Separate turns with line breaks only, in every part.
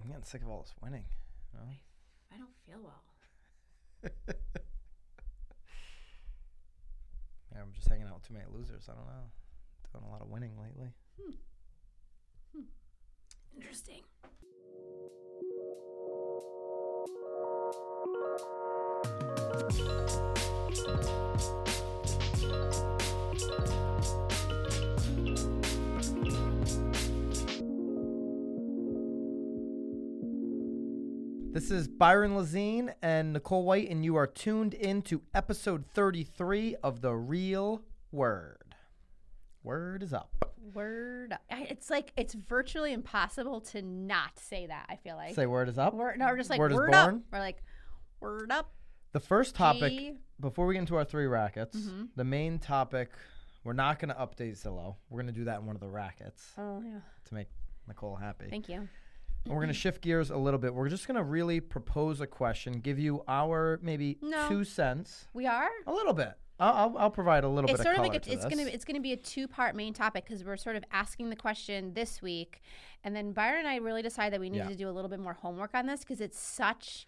I'm getting sick of all this winning. You know?
I don't feel well.
Yeah, I'm just hanging out with too many losers. I don't know. Doing a lot of winning lately.
Interesting.
This is Byron Lazine and Nicole White, and you are tuned in to episode 33 of The Real Word. Word is up.
Word. up. I- It's like it's virtually impossible to not say that. I feel like
Say word is up.
word. No, we're just like
Word
word,
is
up.
born.
We're like word up.
The first topic,
G.
before we get into our three rackets, the main topic, we're not going to update Zillow. We're going to do that in one of the rackets
Oh yeah.
to make Nicole happy.
Thank you.
And we're going to shift gears a little bit. We're just going to really propose a question, give you our maybe
No.
two cents.
We are.
A little bit. I'll, I'll, I'll provide a little
It's
bit
sort
of
of
color
like it's,
to
it's
this.
gonna it's gonna be a two part main topic because we're sort of asking the question this week, and then Byron and I really decided that we needed
Yeah.
to do a little bit more homework on this because it's such,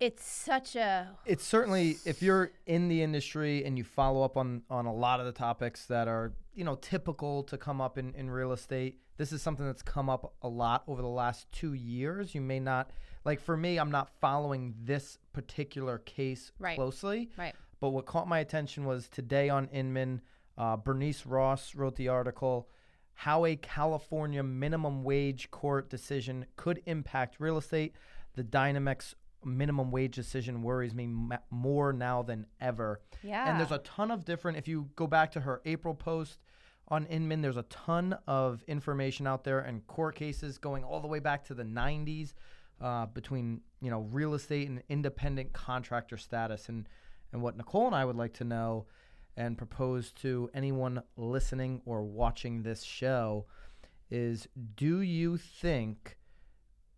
it's such a
it's certainly if you're in the industry and you follow up on on a lot of the topics that are you know typical to come up in in real estate this is something that's come up a lot over the last two years you may not like for me i'm not following this particular case
Right.
closely
right.
but what caught my attention was today on Inman, uh, Bernice Ross wrote the article How a California Minimum Wage Court Decision Could Impact Real Estate. The Dynamex minimum wage decision worries me ma- more now than ever. And there's
Yeah.
a ton of different, if you go back to her April post, on Inman, there's a ton of information out there and court cases going all the way back to the 90s uh, between you know real estate and independent contractor status. And and what Nicole and I would like to know and propose to anyone listening or watching this show is: Do you think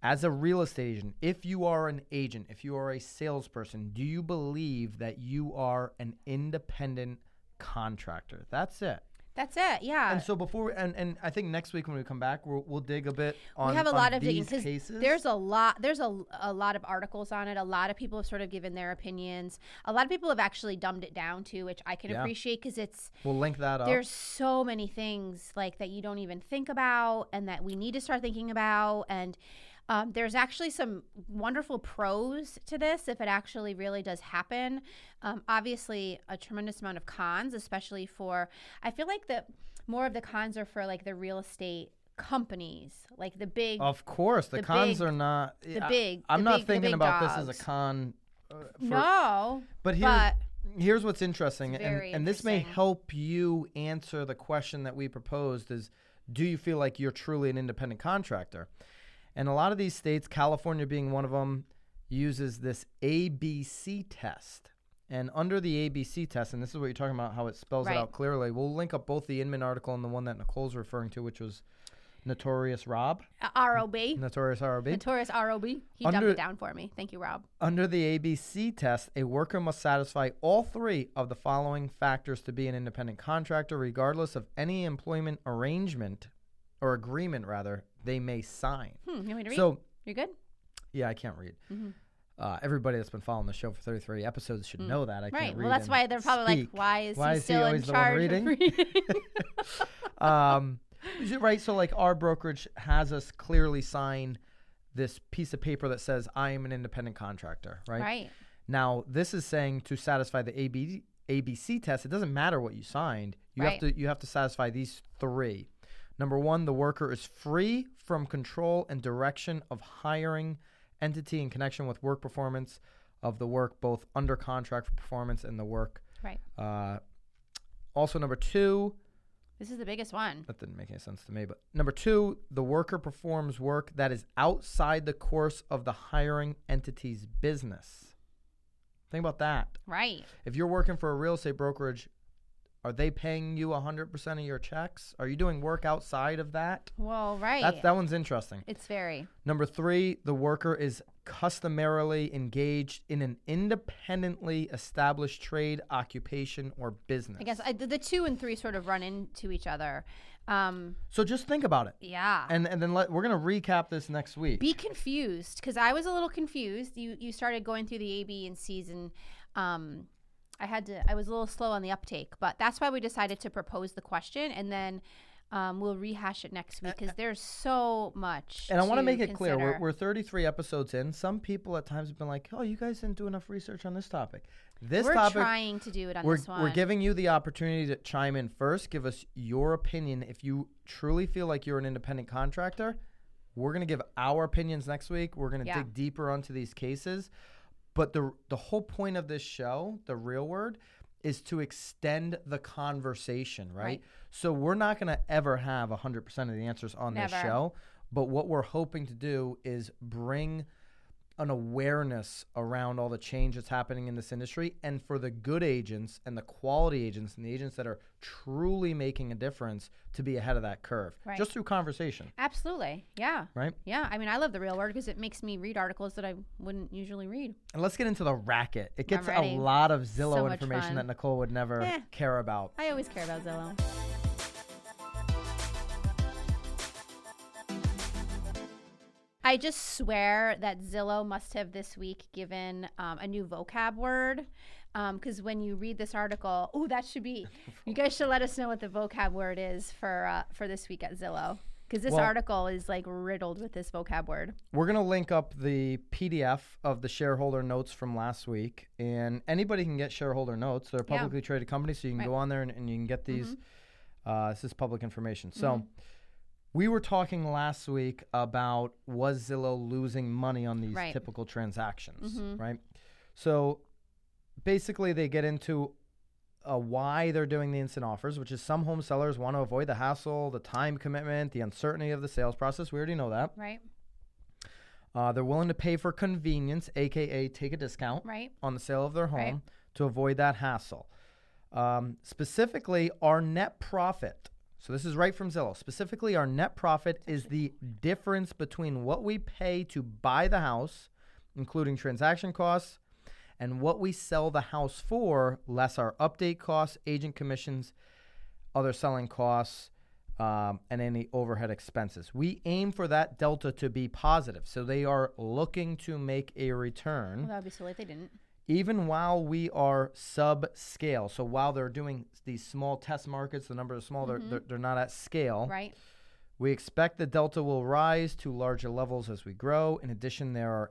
as a real estate agent, if you are an agent, if you are a salesperson, do you believe that you are an independent contractor? That's it.
That's it. Yeah.
And so before, we, and and I think next week when we come back, we'll, we'll dig a bit on.
we have a
on
lot of digging
these
'cause
cases.
there's a lot there's a, a lot of articles on it a lot of people have sort of given their opinions a lot of people have actually dumbed it down too which i can
Yeah. Oh.
appreciate because it's
we'll link that up.
there's so many things like that you don't even think about and that we need to start thinking about and um, there's actually some wonderful pros to this if it actually really does happen um, obviously a tremendous amount of cons especially for i feel like the more of the cons are for like the real estate companies like the big
of course, the,
the
cons
big-
are not
the
I-
big-
I'm
the
not
big- the
thinking
big
about this as
dogs.
a con. uh, for-
no
But here,
but-
here's what's interesting, and,
very
and this may
interesting.
help you answer the question that we proposed: is do you feel like you're truly an independent contractor? And a lot of these states, California being one of them, uses this ABC test. And under the ABC test, and this is what you're talking about, how it spells
Right.
it out clearly. We'll link up both the Inman article and the one that Nicole's referring to, which was Notorious Rob,
uh, rob
Notorious ROB.
notorious rob he dumped
Under-
it down for me thank you rob
Under the ABC test, a worker must satisfy all three of the following factors to be an independent contractor, regardless of any employment arrangement or agreement, rather, they may sign.
hmm, you want me to read Mm-hmm.
So,
you're good
yeah, I can't read. Uh, everybody that's been following the show for 33 episodes should know that. I can't
Mm. Right.
read.
Well, that's
and
why they're probably
speak.
like, why is
Why
he
is he
still in
always the one
charge
reading?
of reading?
um, is it right? So, like, our brokerage has us clearly sign this piece of paper that says, I am an independent contractor, right?
right.
Now, this is saying to satisfy the AB, ABC test, it doesn't matter what you signed. You have
Right.
to you have to satisfy these three. Number one, the worker is free from control and direction of hiring entity in connection with work performance of the work, both under contract for performance and the work.
Right.
Uh, also, number two,
This is the biggest one.
that didn't make any sense to me, but number two, the worker performs work that is outside the course of the hiring entity's business. Think about that.
Right.
If you're working for a real estate brokerage, are they paying you 100% of your checks? Are you doing work outside of that?
Well, right.
That's, that one's interesting.
It's very.
Number three, the worker is customarily engaged in an independently established trade, occupation, or business.
I guess I, the the two and three sort of run into each other. Um,
So just think about it,
yeah.
and and then let, we're gonna recap this next week.
Be confused because I was a little confused. You you started going through the A B and C's and um, I had to. I was a little slow on the uptake, but that's why we decided to propose the question and then. Um, we'll rehash it next week because there's so much.
and I want to
to
make it clear we're,
consider.
we're 33 episodes in. Some people at times have been like, "Oh, you guys didn't do enough research on this topic." This
We're
topic,
trying to do it on
we're,
this one.
we're giving you the opportunity to chime in first. Give us your opinion. If you truly feel like you're an independent contractor, we're going to give our opinions next week. We're going to
Yeah.
dig deeper onto these cases. But the the whole point of this show, the real word, is to extend the conversation, right?
Right.
So we're not going to ever have 100% of the answers on this
Never.
show, but what we're hoping to do is bring an awareness around all the change that's happening in this industry and for the good agents and the quality agents and the agents that are truly making a difference to be ahead of that curve
Right.
just through conversation
Absolutely. Yeah.
right
Yeah. I mean, I love the real word because it makes me read articles that I wouldn't usually read.
and let's get into the racket it gets a
ready.
lot of zillow
So much
information
fun.
that nicole would never
Yeah.
care about
I always care about Zillow. I just swear that Zillow must have this week given um, a new vocab word. Because when you read this article, oh, that should be. You guys should let us know what the vocab word is for uh, for this week at Zillow. Because this
Well-
article is like riddled with this vocab word.
We're going to link up the PDF of the shareholder notes from last week. And anybody can get shareholder notes. They're a
Yeah.
publicly traded company, so you can
Right. Mm-hmm.
go on there and, and you can get these. Uh, this is public information. So we were talking last week about was Zillow losing money on these
Right.
typical transactions,
Mhm.
right? So basically, they get into uh, why they're doing the instant offers, which is some home sellers want to avoid the hassle, the time commitment, the uncertainty of the sales process. We already know that.
Right.
Uh, they're willing to pay for convenience, aka take a discount
Right.
on the sale of their home
Right.
to avoid that hassle. Um, specifically, our net profit. So this is right from Zillow. Specifically, our net profit is the difference between what we pay to buy the house, including transaction costs, and what we sell the house for, less our update costs, agent commissions, other selling costs, um, and any overhead expenses. We aim for that delta to be positive. So they are looking to make a return
Well, that would be silly if they didn't.
even while we are sub scale. So while they're doing s- these small test markets, the numbers are small, they're, they're, they're not at scale.
Mm-hmm. Right.
We expect the delta will rise to larger levels as we grow. In addition, there are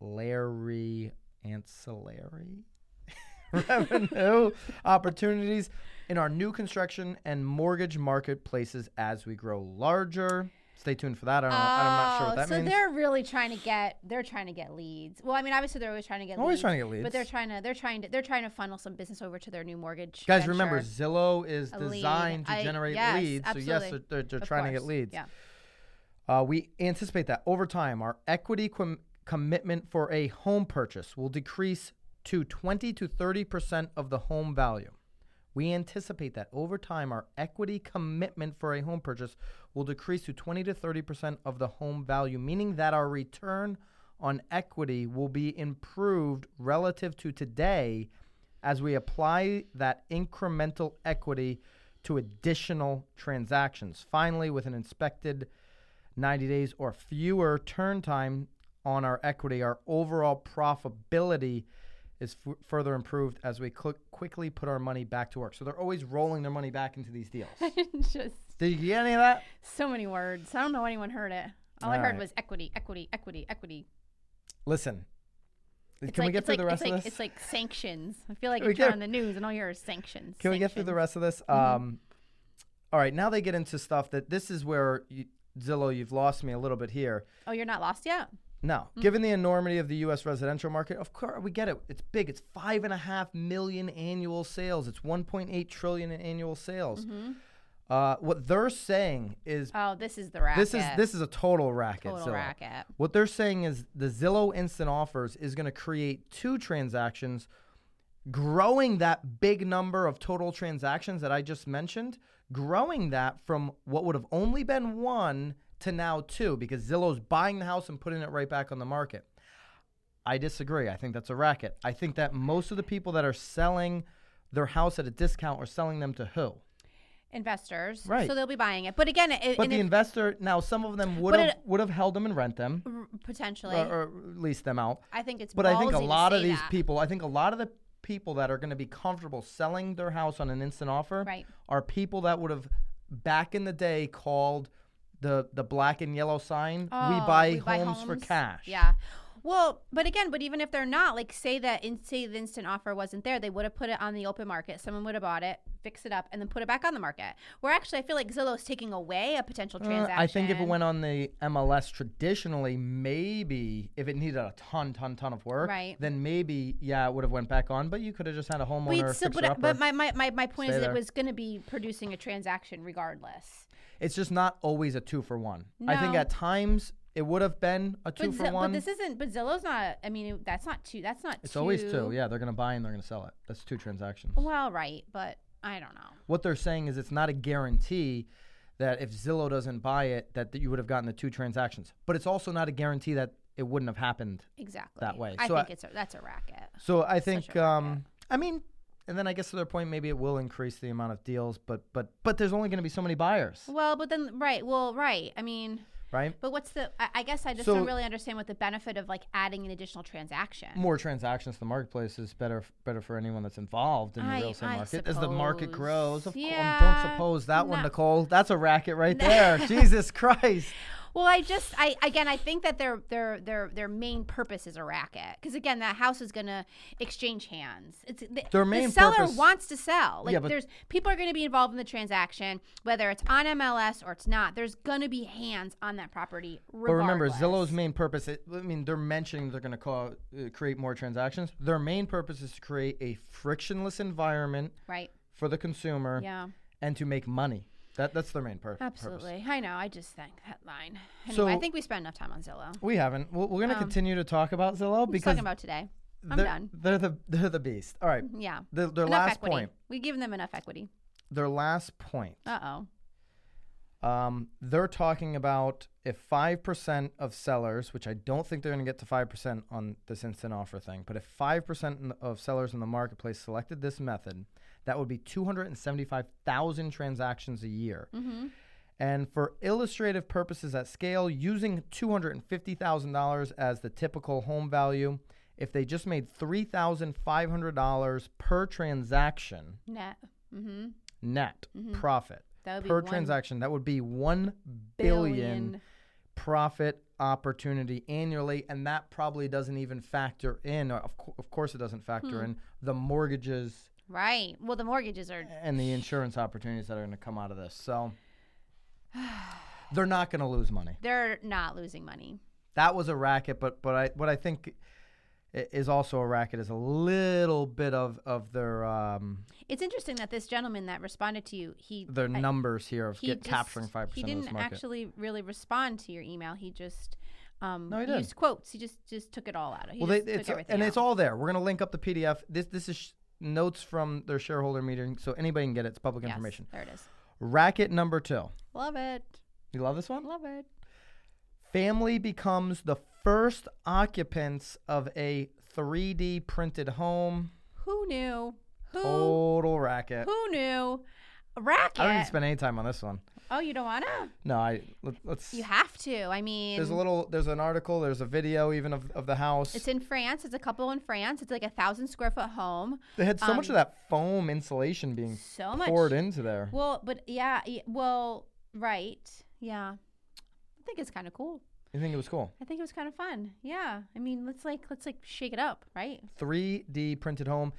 ancillary, ancillary revenue opportunities in our new construction and mortgage marketplaces as we grow larger. Stay tuned for that. I don't, know, Oh, I'm not sure what that
Uh, so
means.
they're really trying to get they're trying to get leads. Well, I mean, obviously they're always trying to get
Always
leads,
trying to get
but they're
leads.
trying to they're trying to they're trying to funnel some business over to their new mortgage.
Guys, remember
venture.
Zillow is
A lead.
designed to
I-
generate
yes,
leads. So yes,
absolutely.
they're, they're, they're
Of
trying to get
course.
leads.
Yeah,
Uh, we anticipate that over time, our equity com- commitment for a home purchase will decrease to 20 to 30 percent of the home value. We anticipate that over time, our equity commitment for a home purchase will decrease to 20 to 30 percent of the home value, meaning that our return on equity will be improved relative to today as we apply that incremental equity to additional transactions. Finally, with an inspected 90 days or fewer turn time on our equity, our overall profitability is f- further improved as we cl- quickly put our money back to work. So they're always rolling their money back into these deals.
just
Did you get any of that?
so many words. I don't know anyone heard it. All, I
All
heard
right.
was equity, equity, equity, equity.
Listen,
It's
can
like,
we get
it's
through
like,
the rest
it's
of
like,
this?
It's like sanctions. I feel like
Can we
you turn
get-
on the news and all your sanctions. Mm-hmm.
Can we get through the rest of this? Um, all right, now they get into stuff that this is where you, Zillow, you've lost me a little bit here.
Oh, you're not lost yet.
Now,
Mm.
given the enormity of the U.S. residential market, of course we get it. It's big. It's five and a half million annual sales. It's 1.8 trillion in annual sales.
Mm-hmm.
Uh, what they're saying is
Oh, this is the racket.
this is this is a total racket.
total
Zillow.
racket.
What they're saying is the Zillow Instant Offers is going to create two transactions, growing that big number of total transactions that I just mentioned, growing that from what would have only been one to now two, because Zillow's buying the house and putting it right back on the market. I disagree. I think that's a racket. I think that most of the people that are selling their house at a discount are selling them to who?
investors.
Right.
So they'll be buying it. But again, it,
But
and
the
if-
investor now, some of them would
But
have
it-
would have held them and rent them
r- potentially,
or, or leased them out.
I think it's.
But I think a
ballsy to
lot of
say
these
that.
people, I think a lot of the people that are going to be comfortable selling their house on an instant offer
Right.
are people that would have back in the day called the the black and yellow sign we,
Oh,
buy homes for cash.
Yeah. Well, but again, but even if they're not, like say that in say the instant offer wasn't there, they would have put it on the open market. Someone would have bought it, fix it up, and then put it back on the market. Where actually, I feel like Zillow's taking away a potential
Uh,
transaction.
I think if it went on the MLS traditionally, maybe if it needed a ton, ton, ton of work,
Right.
then maybe yeah, it would have went back on. But you could have just had a
But you'd
homeowner
still-
fixer
but,
upper.
but my, my, my, my point
Stay
is,
there.
it was going to be producing a transaction regardless.
it's just not always a two for one. I think
No.
at times it would have been a two
but,
for
Zill-
one.
but this isn't. But Zillow's not. I mean, that's not two. That's not.
it's always two. Yeah, they're gonna buy and they're gonna sell it. That's two transactions.
Well, right, but I don't know.
What they're saying is it's not a guarantee that if Zillow doesn't buy it, that, that you would have gotten the two transactions. But it's also not a guarantee that it wouldn't have happened
Exactly.
way.
I
So I-
think it's a, that's a racket.
So I think,
a racket.
um, I mean, and then I guess to their point, maybe it will increase the amount of deals, but but but there's only going to be so many buyers,
Well, but then right. Well, right. I mean.
right?
But what's the? I, I guess I just
So-
don't really understand what the benefit of like adding an additional transaction.
More transactions to the marketplace is better better for anyone that's involved in the
I-
real estate
I
market. As the market
suppose.
grows, of course, don't
Yeah.
suppose that one,
No.
Nicole. That's a racket right there. Jesus Christ!
Well, I just, I again, I think that their their their their main purpose is a racket because again, that house is going to exchange hands. It's the,
Their main
the seller
purpose-
wants to sell. Like
Yeah, but-
there's people are going to be involved in the transaction, whether it's on MLS or it's not. There's going to be hands on that property.
But remember,
Regardless.
Zillow's main purpose. It, I mean, they're mentioning they're going to call, uh, create more transactions. Their main purpose is to create a frictionless environment
right?
for the consumer
Yeah,
and to make money. That that's their main pur- purpose.
absolutely. I know. I just think that line. Anyway,
So-
I think we spent enough time on Zillow.
We haven't. We're, we're going to continue to talk about Zillow
Just
because
talking Um, about today. I'm
they're,
done.
they're the they're the beast. All right.
Yeah.
Their, their
enough
last
equity.
point.
We've given them enough equity.
Their last point.
Uh oh.
Um, they're talking about if five percent of sellers, which I don't think they're going to get to five percent on this instant offer thing, but if five percent of sellers in the marketplace selected this method, that would be two hundred and seventy-five thousand transactions a year. And for illustrative purposes at scale, using $250,000 as the typical home value, if they just made $3,500 per transaction
Net. Mm-hmm.
net profit
That would be
per
one
transaction, that would be 1 billion,
billion.
profit opportunity annually. And that probably doesn't even factor in, or of, co- of course, it doesn't
Hmm.
factor in the mortgages
Right. Well, the mortgages are.
and the insurance opportunities that are going to come out of this. So they're not going to lose money.
They're not losing money.
that was a racket but but i what i think i- is also a racket is a little bit of of their um
It's interesting that this gentleman that responded to you, he
their
I-
numbers here of
he
get,
just-
capturing five
He
percent of
didn't
this market
actually really respond to your email. He just um,
No, he did.
used quotes. He just just took it all out. He
well they,
just
it's uh,
took everything
and it's
out.
all there we're gonna link up the pdf this this is sh- notes from their shareholder meeting so anybody can get it it's public
Yes,
information
There it is.
racket number two
Love it.
you love this one
Love it.
family becomes the first occupants of a 3d printed home
Who knew? Who
total racket
who knew?
i don't even
Racket.
spend any time on this one
oh, you don't wanna?
no i let, let's
You have to. I mean,
There's a little. There's an article. There's a video even of, of the house.
It's in France. It's a couple in France. It's like a thousand square foot home.
they had so much of that foam insulation being
um, So much.
poured into there.
Well, but yeah, y- well, right. Yeah. I think it's kind of cool.
You think it was cool?
I think it was kind of fun. Yeah. I mean, let's like let's like shake it up, right?
3D printed home.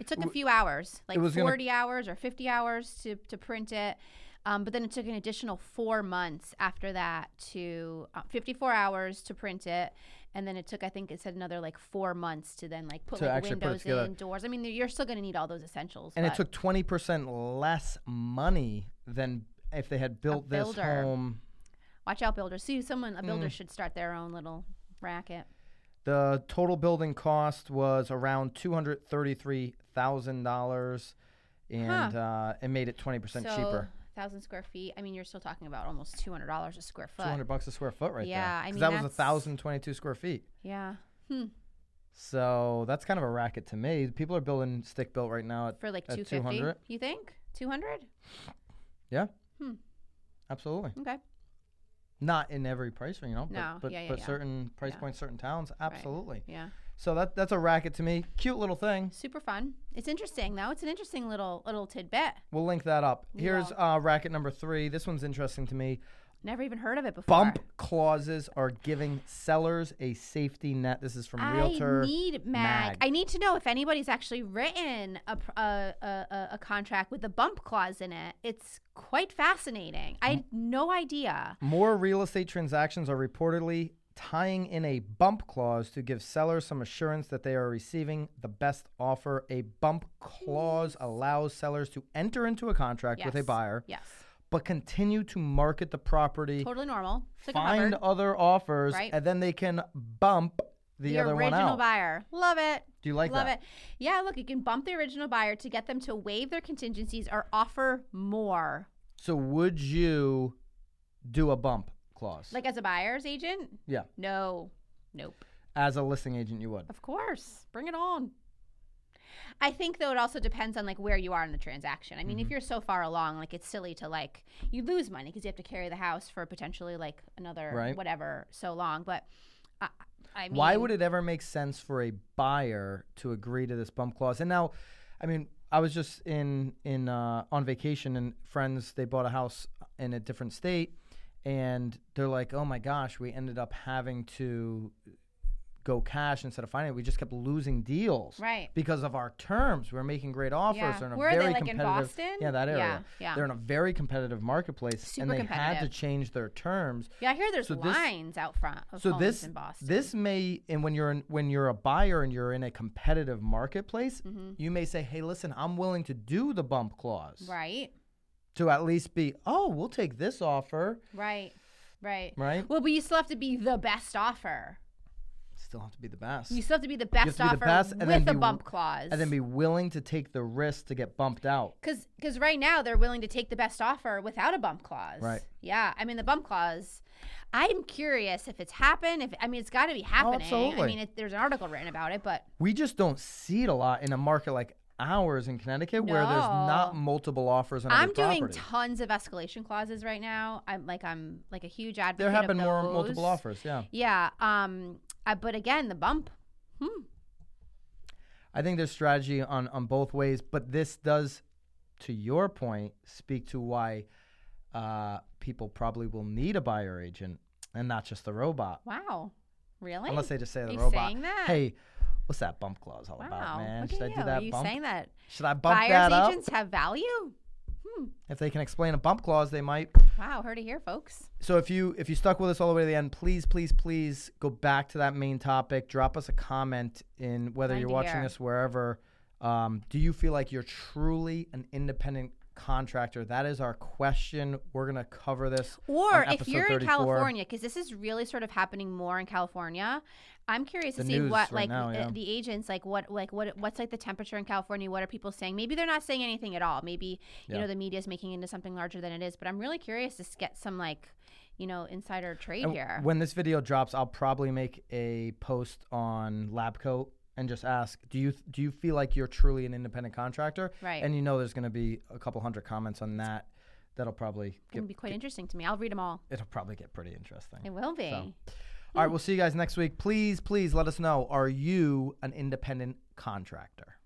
It took a few hours, like
was gonna-
40 hours or 50 hours to to print it. Um, but then it took an additional four months after that to uh, 54 hours to print it, and then it took I think it said another like four months to then like put
To
like
actually put it
windows
together.
in, doors. I mean, you're still gonna need all those essentials.
And
but-
it took 20% less money than if they had built this
builder.
home.
Watch out, builders. See, someone a
Mm.
builder should start their own little racket.
The total building cost was around $233,000 and uh, it made it 20% cheaper.
thousand square feet. I mean, you're still talking about almost two hundred dollars a square foot.
200 bucks a square foot right there.
Yeah, I
'Cause
mean,
that was
that's-
1022 square feet.
Yeah. Hmm.
So that's kind of a racket to me. People are building stick built right now at
For like
At
two fifty.
200?
You think two hundred?
Yeah.
Hmm.
Absolutely.
Okay.
Not in every price, you know, but,
No,
but,
yeah, yeah,
but
yeah.
certain price
Yeah.
points, certain towns, absolutely.
Yeah.
So that that's a racket to me. Cute little thing.
Super fun. It's interesting though. It's an interesting little little tidbit.
We'll link that up.
We
Here's
will.
uh, racket number three. This one's interesting to me.
Never even heard of it before.
Bump clauses are giving sellers a safety net. This is from Realtor.
I need mag.
Mag.
I need to know if anybody's actually written a, pr- a, a, a- a contract with a bump clause in it. It's quite fascinating. I had no idea.
More real estate transactions are reportedly tying in a bump clause to give sellers some assurance that they are receiving the best offer. A bump clause allows sellers to enter into a contract with a
Yes.
buyer,
Yes,
but continue to market the property,
totally normal. It's like a
find
Hubbard.
other offers,
Right.
and then they can bump the, other one
original
out.
buyer. Love it.
Do you like
Love
that?
it. Yeah, look, you can bump the original buyer to get them to waive their contingencies or offer more.
So would you do a bump clause?
Like as a buyer's agent?
yeah,
No. Nope.
as a listing agent, you would.
Of course. Bring it on. I think though it also depends on like where you are in the transaction. I mean,
Mm-hmm.
if you're so far along, like it's silly to like you lose money because you have to carry the house for potentially like another
Right.
whatever so long. But I, I mean,
Why would it ever make sense for a buyer to agree to this bump clause? And now, I mean, I was just in in uh, on vacation and friends they bought a house in a different state, and they're like, "Oh my gosh, we ended up having to go cash instead of finance. We just kept losing deals
Right.
because of our terms. We were making great offers.
Yeah.
They're in a
Where are they,
very
like, in
competitive,
Boston?
Yeah, that area.
Yeah, yeah.
They're in a very competitive marketplace, and
Super
they had to
competitive.
change their terms.
Yeah, I hear there's
so this-
lines out front of
So
homes
this
in Boston.
this may and when you're in, when you're a buyer and you're in a competitive marketplace,
Mm-hmm.
you may say, "Hey, listen, I'm willing to do the bump clause
right,
to at least be, oh, we'll take this offer,
right, right,
right?
Well, but you still have to be the best offer.
Still have to be the best,
You still have to be the best
to be the
offer
best and
with
then
a
be-
bump clause.
and then be willing to take the risk to get bumped out."
Because because right now they're willing to take the best offer without a bump clause.
Right.
Yeah. I mean the bump clause. I'm curious if it's happened. If I mean it's got to be happening.
absolutely.
I mean it, there's an article written about it, but
We just don't see it a lot in a market like ours in Connecticut, where there's not
No.
multiple offers on
I'm
every property.
doing tons of escalation clauses right now. I'm like I'm like a huge advocate.
there have
of
been more
those.
multiple offers, yeah.
Yeah. Um. I, but again, the bump. Hmm.
I think there's strategy on on both ways, but this does, to your point, speak to why uh, people probably will need a buyer agent and not just the robot,
Wow. Really?
unless they just say to
Are
the
you
robot,
saying that?
"Hey, what's that bump clause all about,
wow.
man?
Look
Should
at
I
you.
do that
Are you
bump?
saying that
Should I bump that
buyers
up?
agents have value?
If they can explain a bump clause, they might."
Wow. Heard it here, folks.
so if you if you stuck with us all the way to the end, please, please, please go back to that main topic. Drop us a comment in whether
Fun
you're
to
watching
hear.
us wherever. Um, do you feel like you're truly an independent contractor? That is our question. We're gonna cover this.
Or
on
if
episode
you're
34.
in California, because this is really sort of happening more in California, I'm curious to
The
see
news
what
right
like
now,
uh,
yeah.
the agents like what like what what's like the temperature in California. What are people saying? Maybe they're not saying anything at all. Maybe you
Yeah.
know the media is making it into something larger than it is. But I'm really curious to s- get some like you know insider trade
And
here.
when this video drops, I'll probably make a post on Labcoat and just ask, do you do you feel like you're truly an independent contractor?
Right.
And you know, there's gonna be a couple hundred comments on that. That'll probably
It's
get,
gonna be quite interesting to me. I'll read them all.
it'll probably get pretty interesting.
It will be.
All right, we'll see you guys next week. Please, please let us know. Are you an independent contractor?